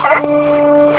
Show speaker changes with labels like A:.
A: Thank you.